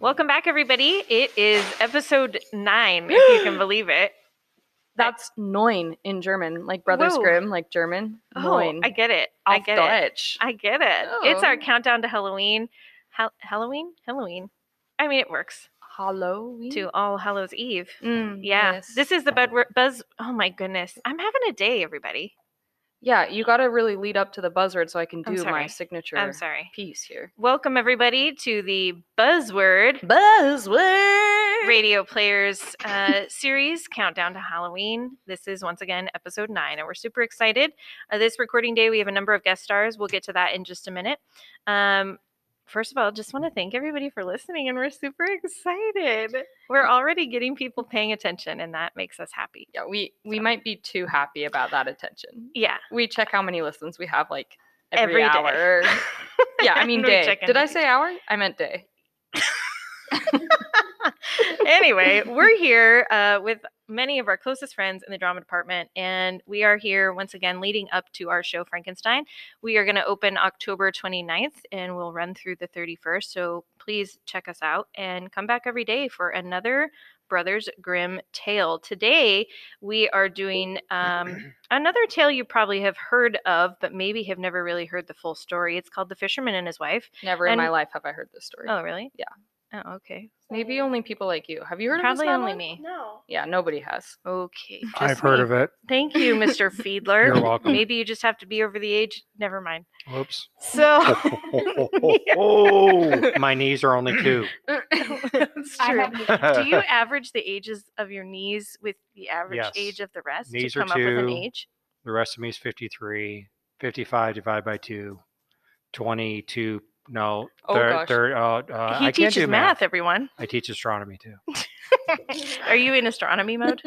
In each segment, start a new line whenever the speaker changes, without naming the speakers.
Welcome back, everybody. It is episode nine, if you can believe it.
That's neun in German, like Brothers
Whoa.
Grimm, like German.
Oh, I get it. I
Auf
get it.
Deutsch.
I get it. It's our
Oh.
countdown to Halloween. Hal- Halloween? Halloween. I mean, it works.
Halloween.
To All Hallows Eve.
Mm,
Yeah.
yes.
This is the bud- buzz. Oh, my goodness. I'm having a day, everybody.
yeah, you got to really lead up to the buzzword so I can
I'm
do
sorry.
my
I'm
signature
I'm sorry.
piece here.
Welcome, everybody, to the Buzzword
Buzzword.
Radio Players uh, series, Countdown to Halloween. This is once again episode nine, and we're super excited. Uh, this recording day, we have a number of guest stars. We'll get to that in just a minute. Um, first of all, just want to thank everybody for listening, and we're super excited. We're already getting people paying attention, and that makes us happy.
yeah, we we might be too happy about that attention.
Yeah,
We check how many listens we have, like
Every
every,
day.
hour. yeah, I mean
We
day.
check in
Did I
with
say hour? I meant day.
anyway, we're here uh, with many of our closest friends in the drama department, and we are here once again leading up to our show Frankenstein. We are going to open October 29th and we'll run through the 31st. So please check us out and come back every day for another Brothers Grimm tale. Today, we are doing um, another tale you probably have heard of, but maybe have never really heard the full story. It's called The Fisherman and His Wife.
Never in my
And-
life have I heard this story.
Oh, really?
Yeah.
Oh, okay.
Maybe only people like you. Have you heard
Probably
of this
only
novella?
me.
No.
Yeah, nobody has.
Okay.
I've
just
heard
me.
of it.
Thank you, Mr. Fiedler.
You're welcome.
Maybe you just have to be over the age. Never mind.
Whoops.
So
oh, my knees are only two.
it's
I
true.
have no-
Do you average the ages of your knees with the average
Yes.
age of the rest
Knees
to
are
come up with an
two.
age?
the rest of me is 53, 55 divided by two, 22. No,
Oh,
thir-
gosh.
thir- uh, uh,
he
I can't
teaches
do math.
everyone.
I teach astronomy too,
Are you in astronomy mode?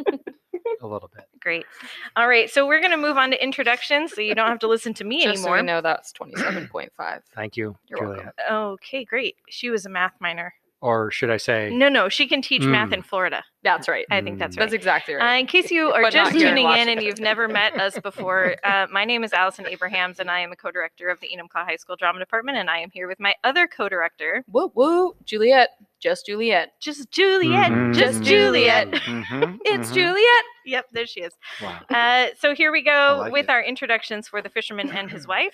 a little bit.
Great. All right. So we're going to move on to introductions so you don't have to listen to me
Just so
anymore.
we know that's twenty-seven point five.
Thank you,
You're welcome.
Juliet.
Okay, great. She was a math minor.
Or should I say,
No, no, she can teach math
Mm.
in Florida.
That's right.
I think that's
Mm.
right.
That's exactly
Uh,
right.
in case you are
But not
just
here in
tuning in and
Washington.
you've never met us before, uh, my name is Allison Abrahams, and I am a co-director of the Enumclaw High School Drama Department, and I am here with my other co-director,
woo woo, Juliet, just Juliet.
just Juliet,
Mm-hmm.
Mhm,
just
mhm,
Juliet.
Mm-hmm,
mhm,
It's
mhm.
Juliet. Yep, there she is.
Wow.
Uh, so here we go
like
with
it.
our introductions for the fisherman and his wife,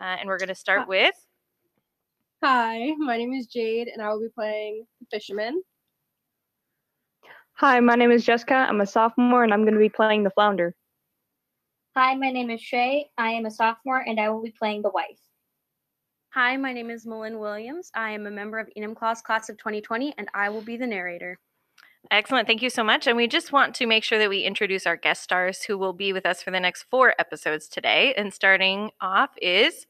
uh, and we're going to
Ah.
start with
Hi, my name is Jade, and I will be playing the fisherman.
Hi, my name is Jessica. I'm a sophomore and I'm going to be playing the flounder.
Hi, my name is Shay. I am a sophomore and I will be playing the wife.
Hi, my name is Malin Williams. I am a member of Enum Claus Class of 2020, and I will be the narrator.
Excellent. Thank you so much. And we just want to make sure that we introduce our guest stars who will be with us for the next four episodes today. And starting off is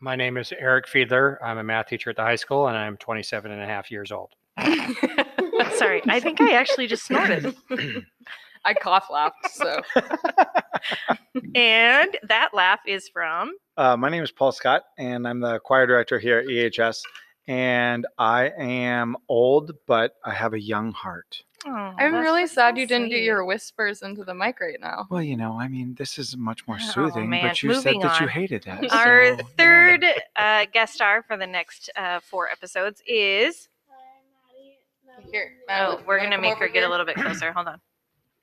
My name is Eric Fiedler. I'm a math teacher at the high school, and I'm 27 and a half years old.
oh, Sorry, I think I actually just snorted.
I cough laughed, so
And that laugh is from
Uh, my name is Paul Scott, and I'm the choir director here at EHS. And I am old, but I have a young heart.
Aw,
I'm
oh, that's
really
just
sad
so
you didn't do
sweet.
your whispers into the mic right now.
Well, you know, I mean, this is much more
Oh,
soothing,
man.
but you
Moving
said that you
on.
hated that.
Our
so, yeah.
third uh, guest star for the next uh, four episodes is.
Here,
Oh,
Madeline,
we're
you wanna
gonna
come
make
over
her get a
here?
little bit closer. Hold on.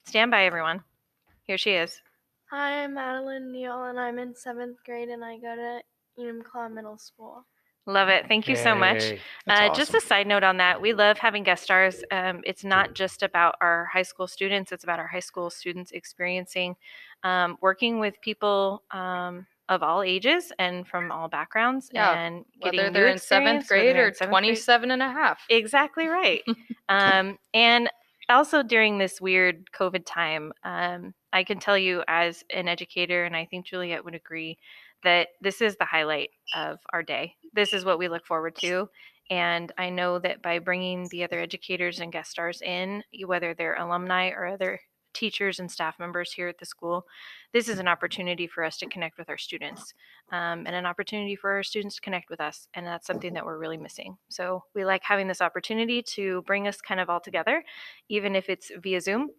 Stand by, everyone. Here she is.
Hi, I'm Madeline Neal, and I'm in seventh grade, and I go to Enumclaw Middle School.
Love it. Thank you so much.
Yay.
Uh,
That's
Just a
awesome.
side note on that, we love having guest stars. Um, it's not just about our high school students; it's about our high school students experiencing um, working with people um, of all ages and from all backgrounds,
Yeah,
and
Whether
getting
they're
new
in seventh
experience, whether
grade
they're
or
in seventh grade.
27 and a half.
Exactly right. um, and also during this weird COVID time, um, I can tell you as an educator, and I think Juliet would agree, that this is the highlight of our day. This is what we look forward to. And I know that by bringing the other educators and guest stars in, y- whether they're alumni or other teachers and staff members here at the school, this is an opportunity for us to connect with our students um, and an opportunity for our students to connect with us. And that's something
Mm-hmm.
that we're really missing. So we like having this opportunity to bring us kind of all together, even if it's via Zoom.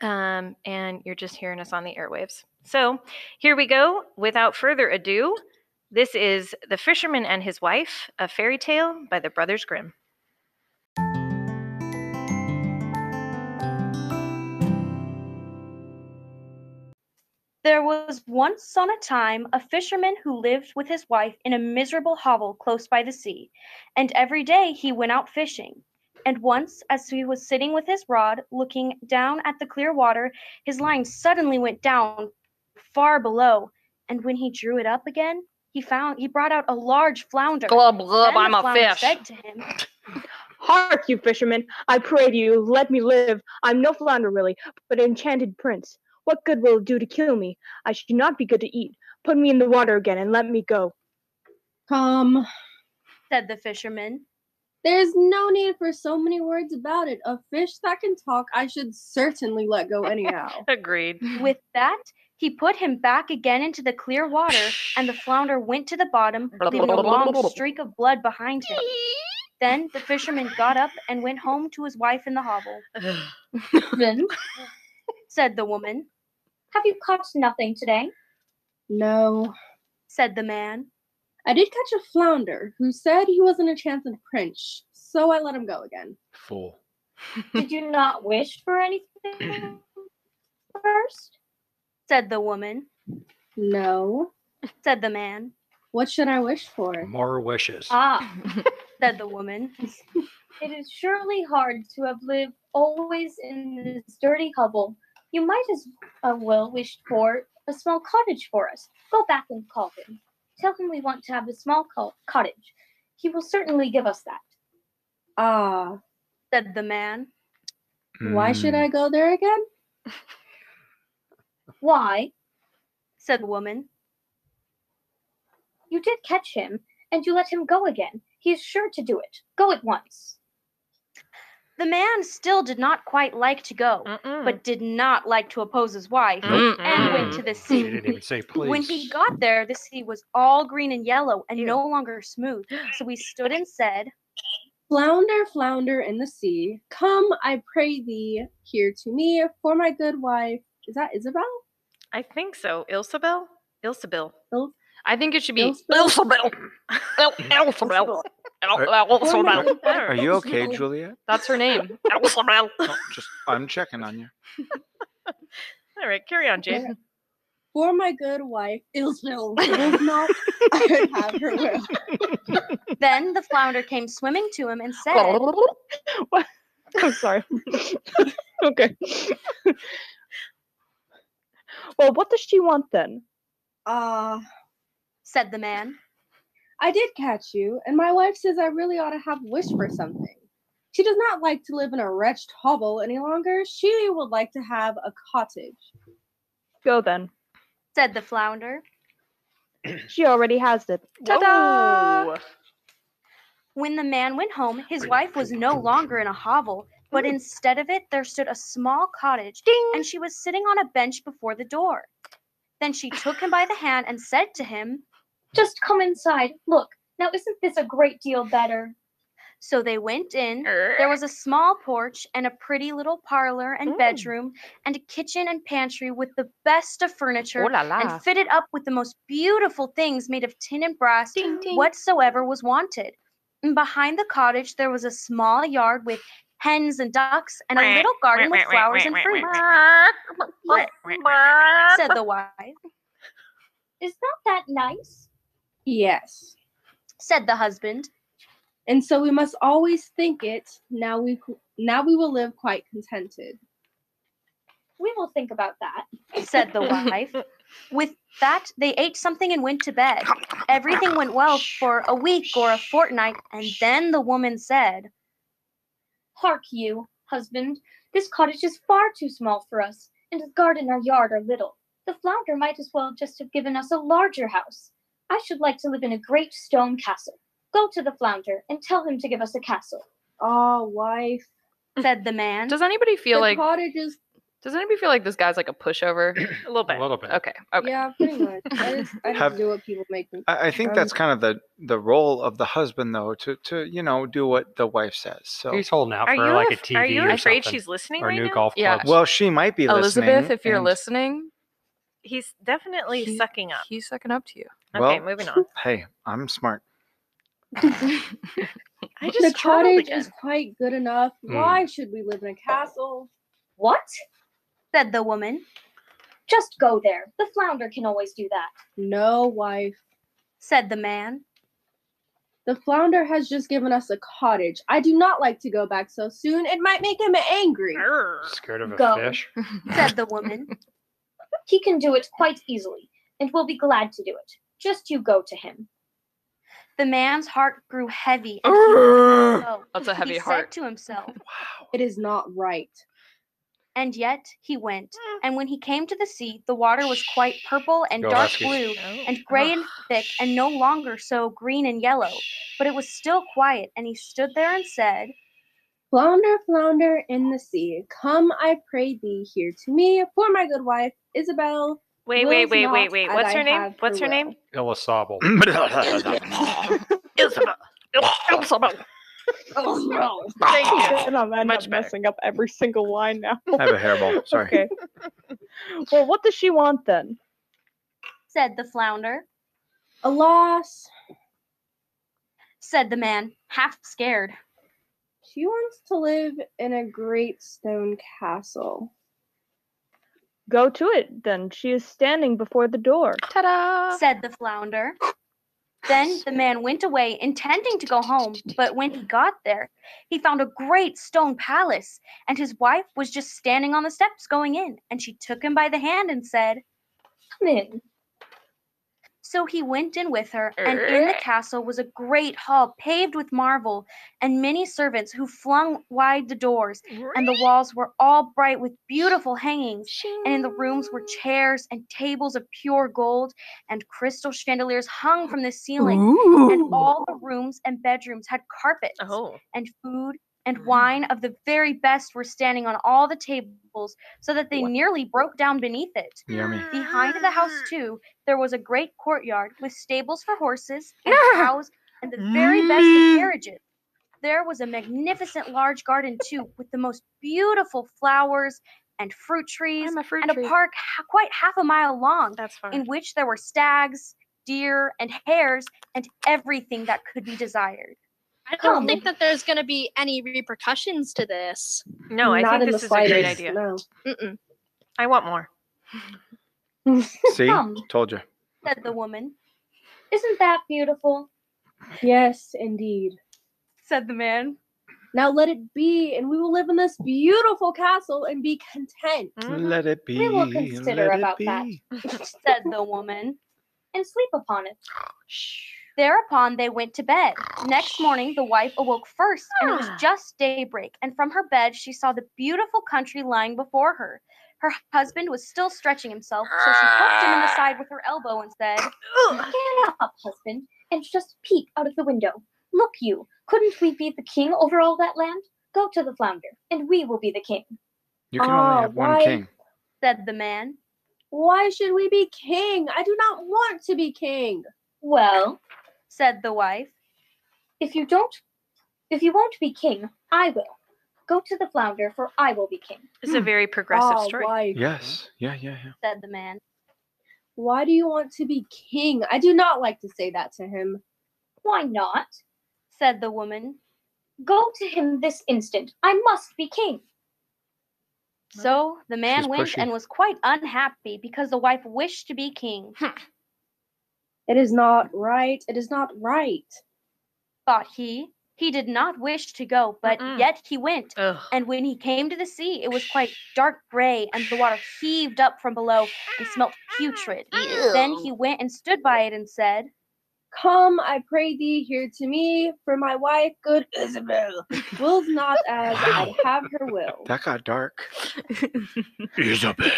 Um, and you're just hearing us on the airwaves. So here we go. Without further ado, this is The Fisherman and His Wife, a fairy tale by the Brothers Grimm.
There was once on a time a fisherman who lived with his wife in a miserable hovel close by the sea, and every day he went out fishing. And once, as he was sitting with his rod, looking down at the clear water, his line suddenly went down far below, and when he drew it up again, he found he brought out a large flounder.
Glub glub,
Then the
I'm a
flounder
fish.
said to him,
Hark, you fisherman! I pray to you, let me live. I'm no flounder really, but an enchanted prince. What good will it do to kill me? I should not be good to eat. Put me in the water again and let me go.
Come.
said the fisherman.
Um, There's no need for so many words about it. A fish that can talk, I should certainly let go anyhow.
Agreed.
With that, he put him back again into the clear water, and the flounder went to the bottom, leaving a long streak of blood behind him. Then the fisherman got up and went home to his wife in the hovel.
Then,
Said the woman,
have you caught nothing today?
no.
said the man,
I did catch a flounder who said he wasn't a chance in Prince, so I let him go again.
Fool.
Did you not wish for anything first?
said the woman,
No.
said the man,
What should I wish for?
More wishes.
Ah,
said the woman,
it is surely hard to have lived always in this dirty hovel. You might as uh, well wish for a small cottage for us. Go back and call him. Tell him we want to have a small co- cottage. He will certainly give us that.
Ah,
said the man,
why should I go there again?
Why?
said the woman,
You did catch him, and you let him go again. He is sure to do it. Go at once.
The man still did not quite like to go, but did not like to oppose his wife,
Mm.
and went to the
She
sea.
didn't even say please.
When he got there, the sea was all green and yellow and no longer smooth. So he stood and said,
Flounder, flounder in the sea, come, I pray thee, here to me, for my good wife. Is that Isabel?
I think so. Ilsabel? Ilsabel.
Il-
I think it should be
Ilsabel?
Ilsabel. Il- Ilsabel. Il-
For my
Ilsabel.
good wife,
Are you okay,
Ilsabel.
Juliet?
That's her name. Ilsabel.
No, just I'm checking on you.
All right, carry on, Jade.
For my good wife, Ilsabel. It is not, I would have her will.
Then the flounder came swimming to him and said,
What? I'm sorry. okay. well, what does she want then?
Ah,
said the man,
I did catch you, and my wife says I really ought to have wished for something. She does not like to live in a wretched hovel any longer. She would like to have a cottage.
Go then.
said the flounder.
She already has it.
Ta-da!
Whoa.
When the man went home, his wife was no longer in a hovel, but instead of it, there stood a small cottage, and she was sitting on a bench before the door. Then she took him by the hand and said to him,
Just come inside. Look, now isn't this a great deal better?
So they went in. There was a small porch and a pretty little parlor and
Mm.
bedroom and a kitchen and pantry with the best of furniture
Oh la la.
and fitted up with the most beautiful things made of tin and brass whatsoever was wanted. And behind the cottage there was a small yard with hens and ducks and a little garden with flowers and fruit, said the wife,
Is not that nice?
Yes.
said the husband,
And so we must always think it. Now we now we will live quite contented.
We will think about that.
said the wife. With that, they ate something and went to bed. Everything went well for a week or a fortnight, and then the woman said,
Hark you, husband. This cottage is far too small for us, and the garden or yard are little. The flounder might as well just have given us a larger house. I should like to live in a great stone castle. Go to the flounder and tell him to give us a castle.
Ah, wife.
said the man,
Does anybody feel
the
like
cottage is
does anybody feel like this guy's like a pushover?
A little
a
bit.
little bit.
Okay. Okay.
yeah, pretty much. I just I just
Have-
do what people make me.
I, I think
Um,
that's kind of the the role of the husband, though, to to you know do what the wife says. So
He's holding out
Are
for
you,
like a
af-
TV
are you
or
afraid
something,
she's listening
or
right
new
now?
golf
Yeah.
clubs.
well, she might be
Elizabeth,
listening,
if you're
and-
listening,
He's definitely
He-
sucking up.
he's sucking up to you.
okay,
well,
moving on.
Hey, I'm smart.
I
The
just chortled
cottage is
again.
quite good enough.
Mm.
Why should we live in a castle?
What?
said the woman,
Just go there. The flounder can always do that.
No, wife.
said the man.
The flounder has just given us a cottage. I do not like to go back so soon. It might make him angry.
Scared of a
Go.
fish?
Said the woman.
He can do it quite easily, and will be glad to do it. Just you go to him.
The man's heart grew heavy. And he let it go.
That's a heavy
he
heart.
said to himself,
It is not right.
and yet he went. And when he came to the sea, the water was quite purple and
Go,
dark
Husky.
blue
Oh.
and gray and thick and no longer so green and yellow, but it was still quiet. And he stood there and said,
Flounder, flounder in the sea, come, I pray thee, here to me, for my good wife, Isabel.
Wait, wait,
wills
wait, wait, wait.
not as
What's
I
her name?
have
What's her
will.
name?
Illisable.
Thank you.
Good, I'm end
Much
up
better.
messing up every single line now.
I have a hairball. Sorry.
Okay. well, what does she want then?
Said the flounder,
Alas,
said the man, half scared.
she wants to live in a great stone castle.
Go to it then. She is standing before the door.
Ta-da!
said the flounder. Then the man went away, intending to go home, but when he got there, he found a great stone palace, and his wife was just standing on the steps going in, and she took him by the hand and said,
Come in.
So he went in with her, and in the castle was a great hall paved with marble, and many servants who flung wide the doors, and the walls were all bright with beautiful hangings. And in the rooms were chairs and tables of pure gold, and crystal chandeliers hung from the ceiling. And all the rooms and bedrooms had carpets,
Oh.
and food and wine of the very best were standing on all the tables, so that they nearly broke down beneath it.
Yummy.
Behind the house,
Mm-hmm.
too, there was a great courtyard with stables for horses and cows and the very best
Mm-hmm.
of carriages. There was a magnificent large garden, too, with the most beautiful flowers and fruit trees,
I'm a fruit
and
tree.
a park ha- quite half a mile long,
That's fine.
in which there were stags, deer, and hares, and everything that could be desired.
I
Oh,
don't think that there's going to be any repercussions to this.
No, I
Not
think
in
this is
the
a great
slightest,
idea.
No.
Mm-mm.
I want more.
See?
Come.
Told you.
Said the woman.
Isn't that beautiful?
Yes, indeed.
Said the man.
Now let it be, and we will live in this beautiful castle and be content.
Let it be.
We will consider
let it
about that.
be.
Said the woman.
And sleep upon it.
Thereupon they went to bed. Next morning, the wife awoke first, and it was just daybreak, and from her bed she saw the beautiful country lying before her. Her husband was still stretching himself, so she poked him in the side with her elbow and said,
Get up, husband, and just peep out of the window. Look, you, couldn't we be the king over all that land? Go to the flounder, and we will be the king.
You can only
Oh,
have one
why-
king.
said the man,
Why should we be king? I do not want to be king.
Well,
said the wife,
if you don't, if you won't be king, I will. Go to the flounder, for I will be king.
It's a very progressive
Ah,
story.
wife,
Yes. Yeah, yeah, yeah.
said the man,
Why do you want to be king? I do not like to say that to him.
Why not?
said the woman.
Go to him this instant. I must be king.
So the man
She's
went
pushy.
and was quite unhappy because the wife wished to be king,
It is not right. It is not right.
thought he. He did not wish to go, but
Mm-mm.
yet he went.
Ugh.
And when he came to the sea, it was quite dark gray, and the water heaved up from below and smelt putrid. Then he went and stood by it and said,
Come, I pray thee, here to me, for my wife, good Isabel, wills not as I'd have her will.
That got dark.
Isabel.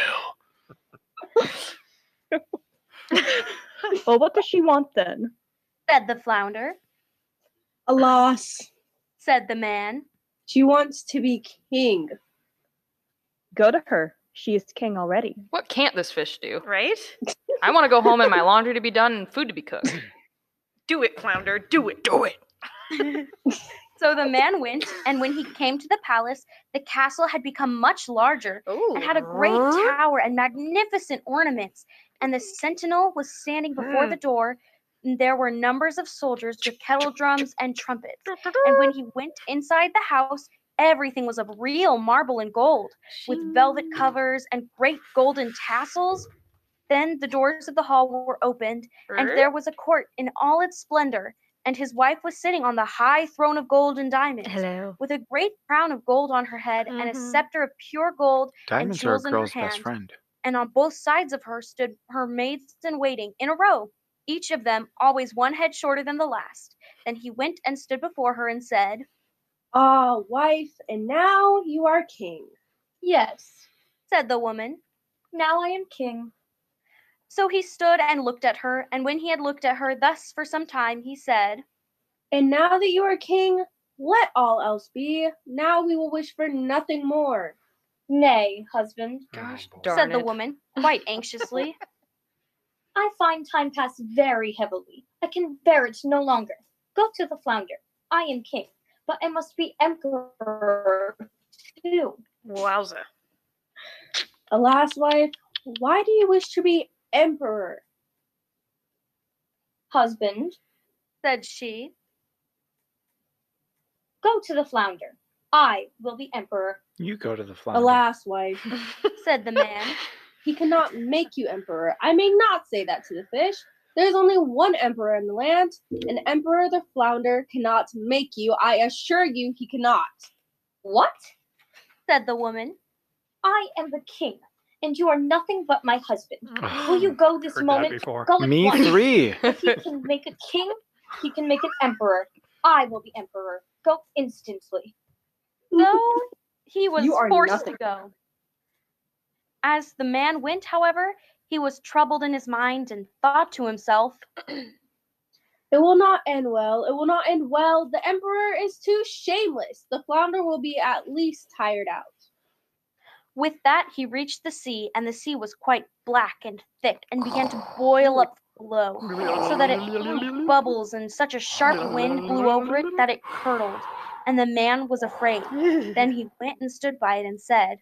Well, what does she want then?
Said the flounder,
Alas,
said the man,
she wants to be king.
Go to her. She is king already.
What can't this fish do?
Right?
I want to go home and my laundry to be done and food to be cooked.
Do it, flounder. Do it. Do it.
So the man went, and when he came to the palace, the castle had become much larger and had a great tower and magnificent ornaments. And the sentinel was standing before the door, and there were numbers of soldiers with kettle drums and trumpets. And when he went inside the house, Everything was of real marble and gold, with velvet covers and great golden tassels. Then the doors of the hall were opened, and there was a court in all its splendor, and his wife was sitting on the high throne of gold and diamonds,
Hello.
with a great crown of gold on her head and a scepter of pure gold
Diamonds
and
are a
jewels in her
girl's best
hand
friend.
and on both sides of her stood her maids in waiting in a row, each of them always one head shorter than the last. Then he went and stood before her and said,
Ah, wife, and now you are king.
Yes,
said the woman.
Now I am king.
So he stood and looked at her, and when he had looked at her thus for some time, he said,
And now that you are king, let all else be. Now we will wish for nothing more.
Nay, husband,
said the woman, quite anxiously.
I find time pass very heavily. I can bear it no longer. Go to the flounder. I am king, but I must be emperor too.
Wowza.
Alas, wife, why do you wish to be emperor?
Husband,
said she,
go to the flounder. I will be emperor.
You go to the flounder.
Alas, wife,
said the man,
he cannot make you emperor. I may not say that to the fish. There's only one emperor in the land. An emperor, the flounder, cannot make you. I assure you, he cannot.
What?
said the woman,
I am the king, and you are nothing but my husband. Will you go this
Heard that
moment?
before.
Go at
Me
once.
three.
If he can make a king, he can make an emperor. I will be emperor. Go instantly.
though he was
You are
forced
nothing.
to go. As the man went, however, he was troubled in his mind and thought to himself,
It will not end well. It will not end well. The emperor is too shameless. The flounder will be at least tired out.
With that, he reached the sea, and the sea was quite black and thick and began to boil up below, so that it formed bubbles, and such a sharp wind blew over it that it curdled. And the man was afraid. Then he went and stood by it and said,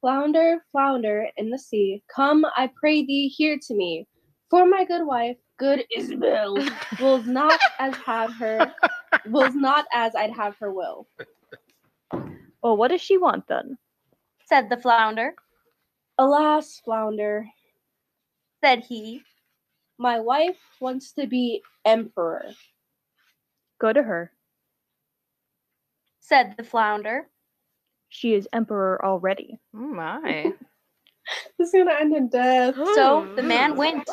Flounder, flounder in the sea, come, I pray thee, here to me. For my good wife, good Isabel, wills not as have her, wills not as I'd have her will.
Well, what does she want then?
Said the flounder,
Alas, flounder,
said he,
my wife wants to be emperor.
Go to her.
said the flounder,
She is emperor already.
Oh
my.
This is gonna end in death.
So the man went.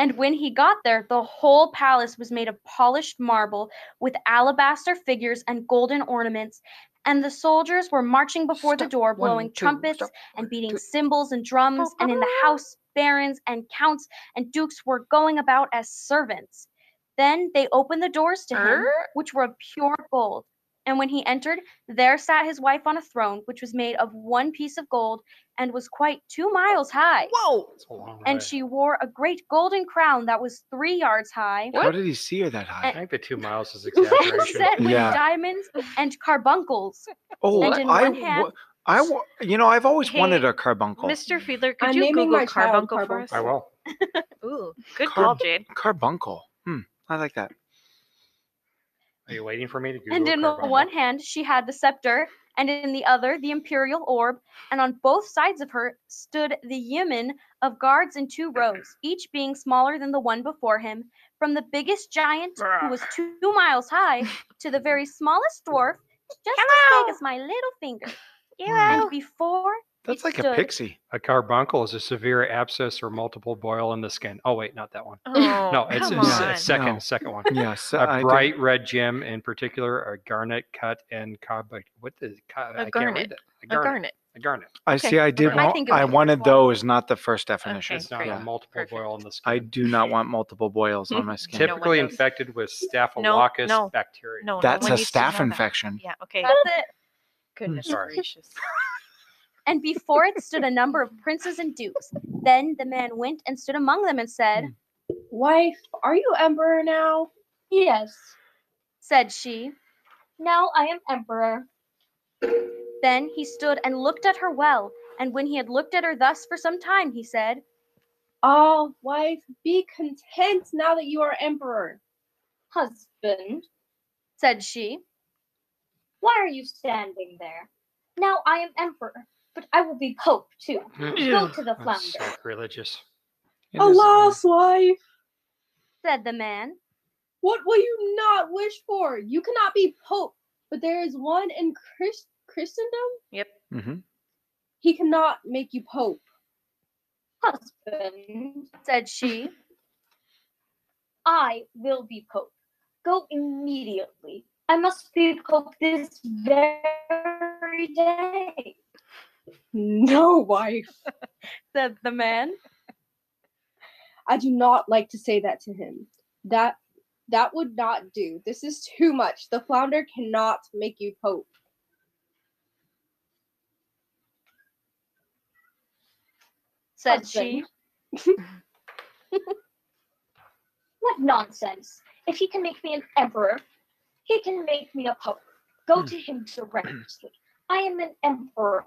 And when he got there, the whole palace was made of polished marble with alabaster figures and golden ornaments. And the soldiers were marching before the door,
One,
blowing
two,
trumpets
stop.
and beating cymbals and drums. And in the house, barons and counts and dukes were going about as servants. Then they opened the doors to him,
Er?
which were of pure gold. And when he entered, there sat his wife on a throne, which was made of one piece of gold and was quite two miles high.
Whoa!
It's a long
And
ride.
she wore a great golden crown that was three yards high,
How did he see her that
I
high?
think the two miles is
and
exaggeration.
set with
Yeah.
diamonds and carbuncles.
Oh,
And in
I,
one hand-
wa- I, wa- you know, I've always
Hey,
wanted a
Oh.
carbuncle.
Mr. Fiedler, could
I'm
you
naming
Google
my child
carbuncle for us?
I will.
Ooh, good
Carb-
call, Jade.
Carbuncle. Hmm. I like that.
Are you waiting for me to Google
And in the
carbuncle?
one hand, she had the scepter, and in the other, the imperial orb. And on both sides of her stood the yeomen of guards in two rows, each being smaller than the one before him, from the biggest giant, who was two miles high, to the very smallest dwarf, just as big as my little finger. And before
That's
It
like a
stood-
pixie.
A carbuncle is a severe abscess or multiple boil in the skin. Oh wait, not that one.
Oh,
No, it's,
come
it's
on.
a second
No.
second one.
Yes.
A
I do-
bright red gem, in particular, a garnet cut and cob. What the? Co- I can't
garnet.
read it. A
a
garnet.
garnet.
A garnet.
I see. I did.
I
want,
think it
I
was
wanted
worthwhile.
those, not the first definition.
Okay,
It's not
great.
a multiple
Perfect.
boil in the skin.
I do not want multiple boils on my skin.
Tip-
Typically
those-
infected with Staphylococcus
no.
bacteria.
No, no
That's
one
a
needs to
staph
know that.
infection.
Yeah. Okay.
that's it,
Goodness
Sorry.
gracious.
and before it stood a number of princes and dukes. Then the man went and stood among them and said,
Wife, are you emperor now?
Yes.
said she,
Now I am emperor.
Then he stood and looked at her well, and when he had looked at her thus for some time, he said,
Ah, wife, be content now that you are emperor.
Husband,
said she,
Why are you standing there? Now I am emperor, but I will be pope too. Go to the
That's
flounder.
Sacrilegious.
A lost
wife,
said the man.
What will you not wish for? You cannot be pope, but there is one in Chris- Christendom.
Yep.
Mhm.
He cannot make you pope.
Husband,
said she,
I will be pope. Go immediately. I must be pope this very day.
No wife.
said the man.
I do not like to say that to him. That that would not do. This is too much. The flounder cannot make you pope.
said
Husband.
she,
What nonsense! If he can make me an emperor, he can make me a pope. Go to him directly. I am an emperor,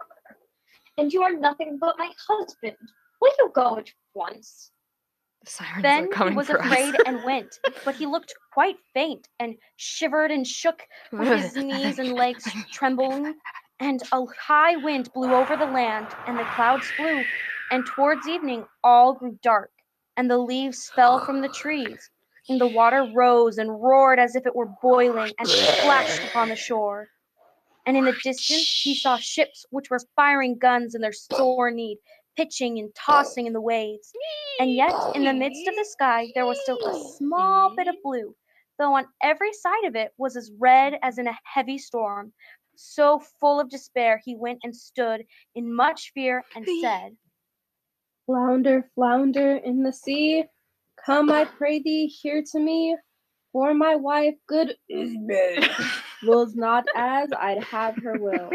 and you are nothing but my husband. Will you go at once?
The sirens
Then
are
he
coming
was
for
afraid
us.
and went, but he looked quite faint and shivered and shook with his knees and legs trembling. And a high wind blew over the land, and the clouds flew, and towards evening all grew dark, and the leaves fell from the trees, and the water rose and roared as if it were boiling and splashed upon the shore. And in the distance he saw ships which were firing guns in their sore need, pitching and tossing in the waves. And yet, in the midst of the sky, there was still
Oh,
a small bit of blue, though on every side of it was as red as in a heavy storm. So full of despair, he went and stood in much fear and said,
Flounder, flounder in the sea, come, I pray thee, here to me. For my wife, good Isbel, wills not as I'd have her will.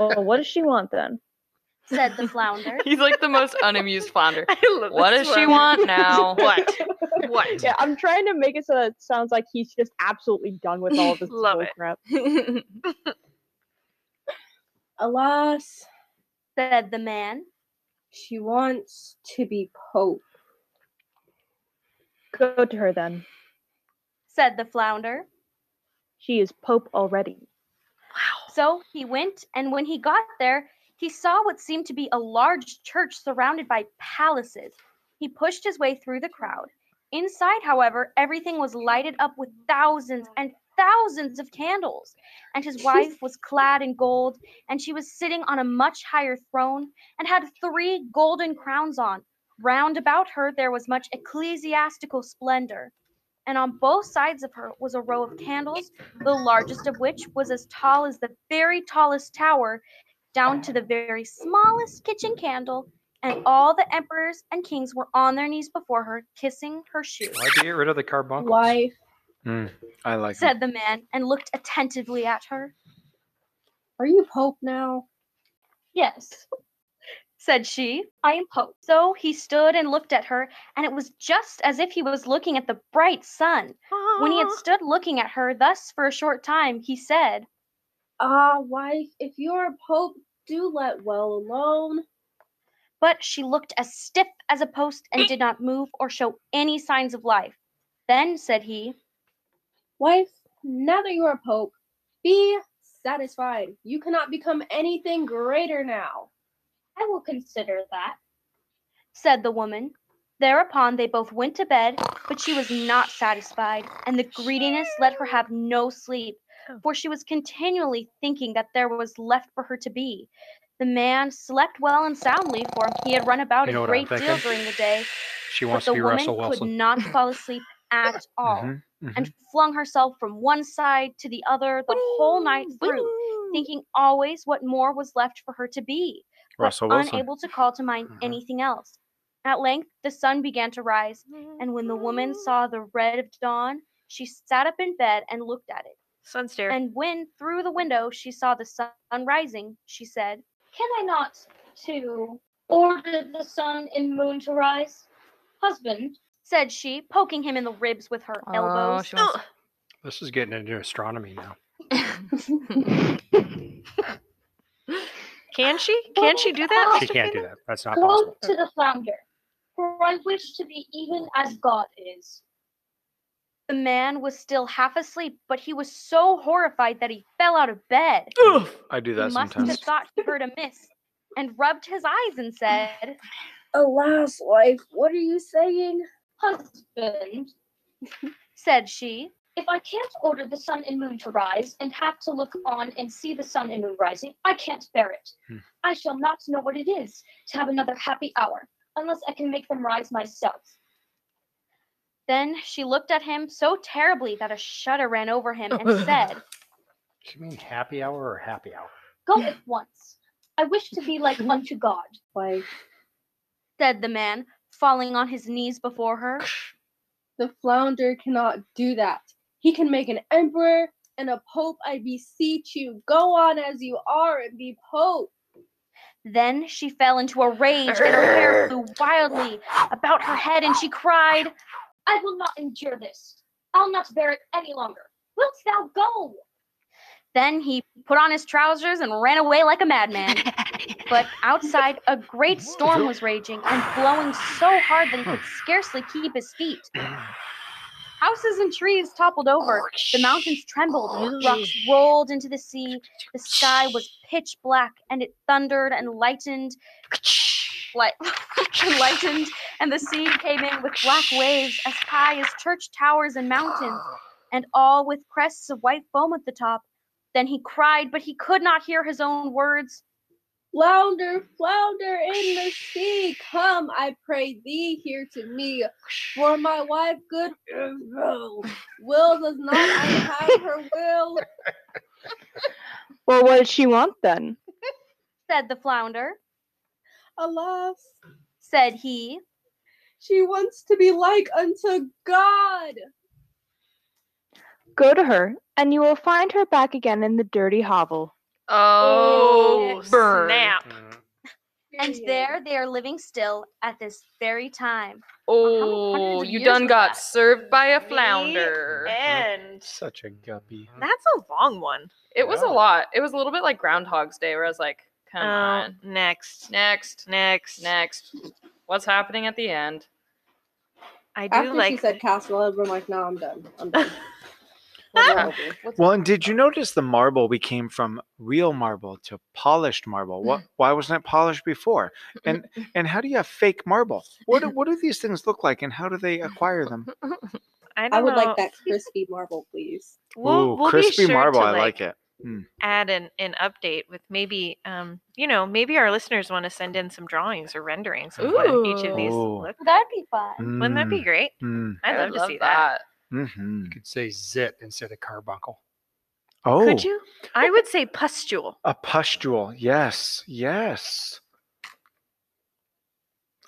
Well, what does she want then?
said the flounder.
He's like the most unamused flounder.
love
what
this
does she
one.
want now?
What?
What?
Yeah, I'm trying to make it so that it sounds like he's just absolutely done with all of this
Love
bull
it.
crap.
Alas,
said the man,
she wants to be pope.
Go to her then.
said the flounder.
She is Pope already.
So he went, and when he got there, he saw what seemed to be a large church surrounded by palaces. He pushed his way through the crowd. Inside, however, everything was lighted up with thousands and thousands of candles. And his wife was clad in gold, and she was sitting on a much higher throne and had three golden crowns on. Round about her, there was much ecclesiastical splendor and on both sides of her was a row of candles, the largest of which was as tall as the very tallest tower, down to the very smallest kitchen candle, and all the emperors and kings were on their knees before her, kissing her shoes,
Why'd you get rid of the carbuncles?
Wife,
I like it.
said the man, and looked attentively at her.
are you pope now?
Yes, said she, I am Pope. So he stood and looked at her, and it was just as if he was looking at the bright sun. When he had stood looking at her thus for a short time, he said,
Ah, wife, if you are pope, do let well alone.
but she looked as stiff as a post and did not move or show any signs of life. Then said he,
Wife, now that you are pope, be satisfied. You cannot become anything greater now.
I will consider that.
said the woman. Thereupon they both went to bed, but she was not satisfied, and the greediness let her have no sleep, for she was continually thinking that there was left for her to be. The man slept well and soundly, for he had run about
You know
a
what I'm
great deal
thinking?
during the day,
She
but
wants
the
to be
woman
Russell
could
Wilson.
not fall asleep at all.
Mhm,
and flung herself from one side to the other the whole night through, thinking always what more was left for her to be, but
Russell Wilson. Mm-hmm.
unable to call to mind anything else. At length, the sun began to rise, and when the woman
Mm-hmm.
saw the red of dawn, she sat up in bed and looked at it.
Sun stare.
And when through the window she saw the sun rising, she said,
Can I not, too, order the sun and moon to rise? Husband,
said she, poking him in the ribs with her
Oh,
elbows.
she wants-
This is getting into astronomy now.
Can she? Can she do that?
She
Mr.
can't do
Freeman?
that. That's not
go
possible.
to the flounder, for I wish to be even as God is.
The man was still half asleep, but he was so horrified that he fell out of bed.
I do
He
that
must
sometimes.
have thought he heard a mist and rubbed his eyes and said,
Alas, wife, what are you saying?
Husband,
said she,
if I can't order the sun and moon to rise and have to look on and see the sun and moon rising, I can't bear it.
Hmm.
I shall not know what it is to have another happy hour unless I can make them rise myself.
Then she looked at him so terribly that a shudder ran over him and said,
Do you mean happy hour or happy hour?
Go at once. I wish to be like unto God.
Like
said the man, falling on his knees before her.
the flounder cannot do that. He can make an emperor and a pope. I beseech you, go on as you are and be pope.
Then she fell into a rage and her hair flew wildly about her head and she cried,
I will not endure this. I'll not bear it any longer. Wilt thou go?
Then he put on his trousers and ran away like a madman. But outside, a great storm was raging and blowing so hard that he could scarcely keep his feet. Houses and trees toppled over, the mountains trembled, rocks rolled into the sea, the sky was pitch black, and it thundered and lightened. Light, and lightened, and the sea came in with black waves as high as church towers and mountains, and all with crests of white foam at the top. Then he cried, but he could not hear his own words.
Flounder, flounder in the sea, come, I pray thee, here to me. For my wife, good Israel, will does not I have her will.
Well, what did she want then?
Said the flounder,
Alas,
said he,
she wants to be like unto God.
Go to her, and you will find her back again in the dirty hovel.
Oh,
burn.
snap.
Mm-hmm.
and there they are living still at this very time.
Oh,
hundreds of
you
years
done
was
got served by a
Mhm.
flounder.
such a guppy.
That's a long one. It was a lot. It was a little bit like Groundhog's Day, where I was like, come
Oh,
on. Next. Next.
Next.
Next. What's happening at the end?
I
do
After she
like
said castle, I'm like, no, I'm done. I'm done. Whatever, I'll do.
Well, and did you notice the marble we came from real marble to polished marble? What? Why wasn't it polished before? And and how do you have fake marble? What do, what do these things look like, and how do they acquire them?
I,
I
don't know.
would like that crispy marble, please.
We'll,
Ooh,
we'll
crispy
be sure
marble.
To,
I
like
like it. Mm.
add an, an update with maybe um you know maybe our listeners want to send in some drawings or renderings of what each of these
Ooh.
look
That'd be fun.
wouldn't that be great
Mm.
i'd
I
love,
would
to
love
see that,
Mm-hmm.
You could say zit instead of carbuncle.
Oh,
could you i would say pustule
a pustule. Yes, yes.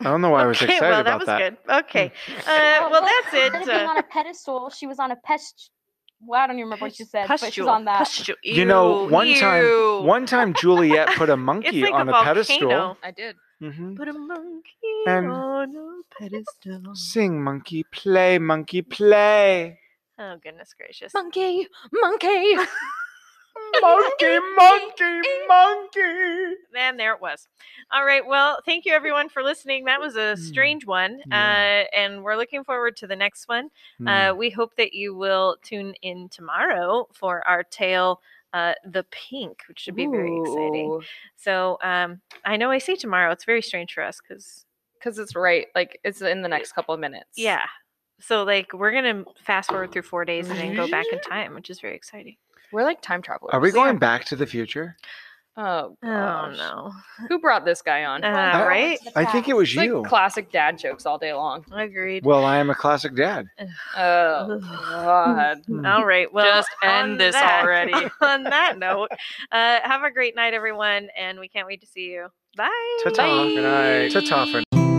I don't know why Oh, I was
okay
excited
well that
about
was
that. Mm.
good okay uh, well that's
Instead
it
of being
uh,
on a pedestal, she was on a pest. Well, I don't even remember what she said, but she
pustule
was on that.
pustule
You know,
Ew,
one time,
ew.
one time Juliet put a
it's
monkey
like
on
a,
a, pedestal.
volcano.
I did.
hmm
put a monkey
And-
on a pedestal
Sing, monkey, play, monkey, play.
oh goodness gracious
Monkey, monkey.
Monkey, monkey, monkey.
And there it was. All right. Well, thank you everyone for listening. That was a
Mm.
strange one.
Yeah.
Uh, and we're looking forward to the next one.
Mm.
Uh, we hope that you will tune in tomorrow for our tale, uh, The Pink, which should be very exciting. So um, I know I say tomorrow. It's very strange for us because,
Because it's right. Like, it's in the next couple of minutes.
yeah. So, like, we're going to fast forward through four days and then go back in time, which is very exciting.
We're like time travelers.
Are we going back to the future?
Oh,
Oh,
gosh.
no.
Who brought this guy on?
Uh, right?
I think it was
It's like
you.
classic dad jokes all day long.
Agreed.
Well, I am a classic dad.
Oh, God.
All right. Well,
Just end
on
this
that-
already.
on that note, uh, have a great night, everyone, and we can't wait to see you. Bye.
Ta ta.
Bye.
Ta ta for
Bye.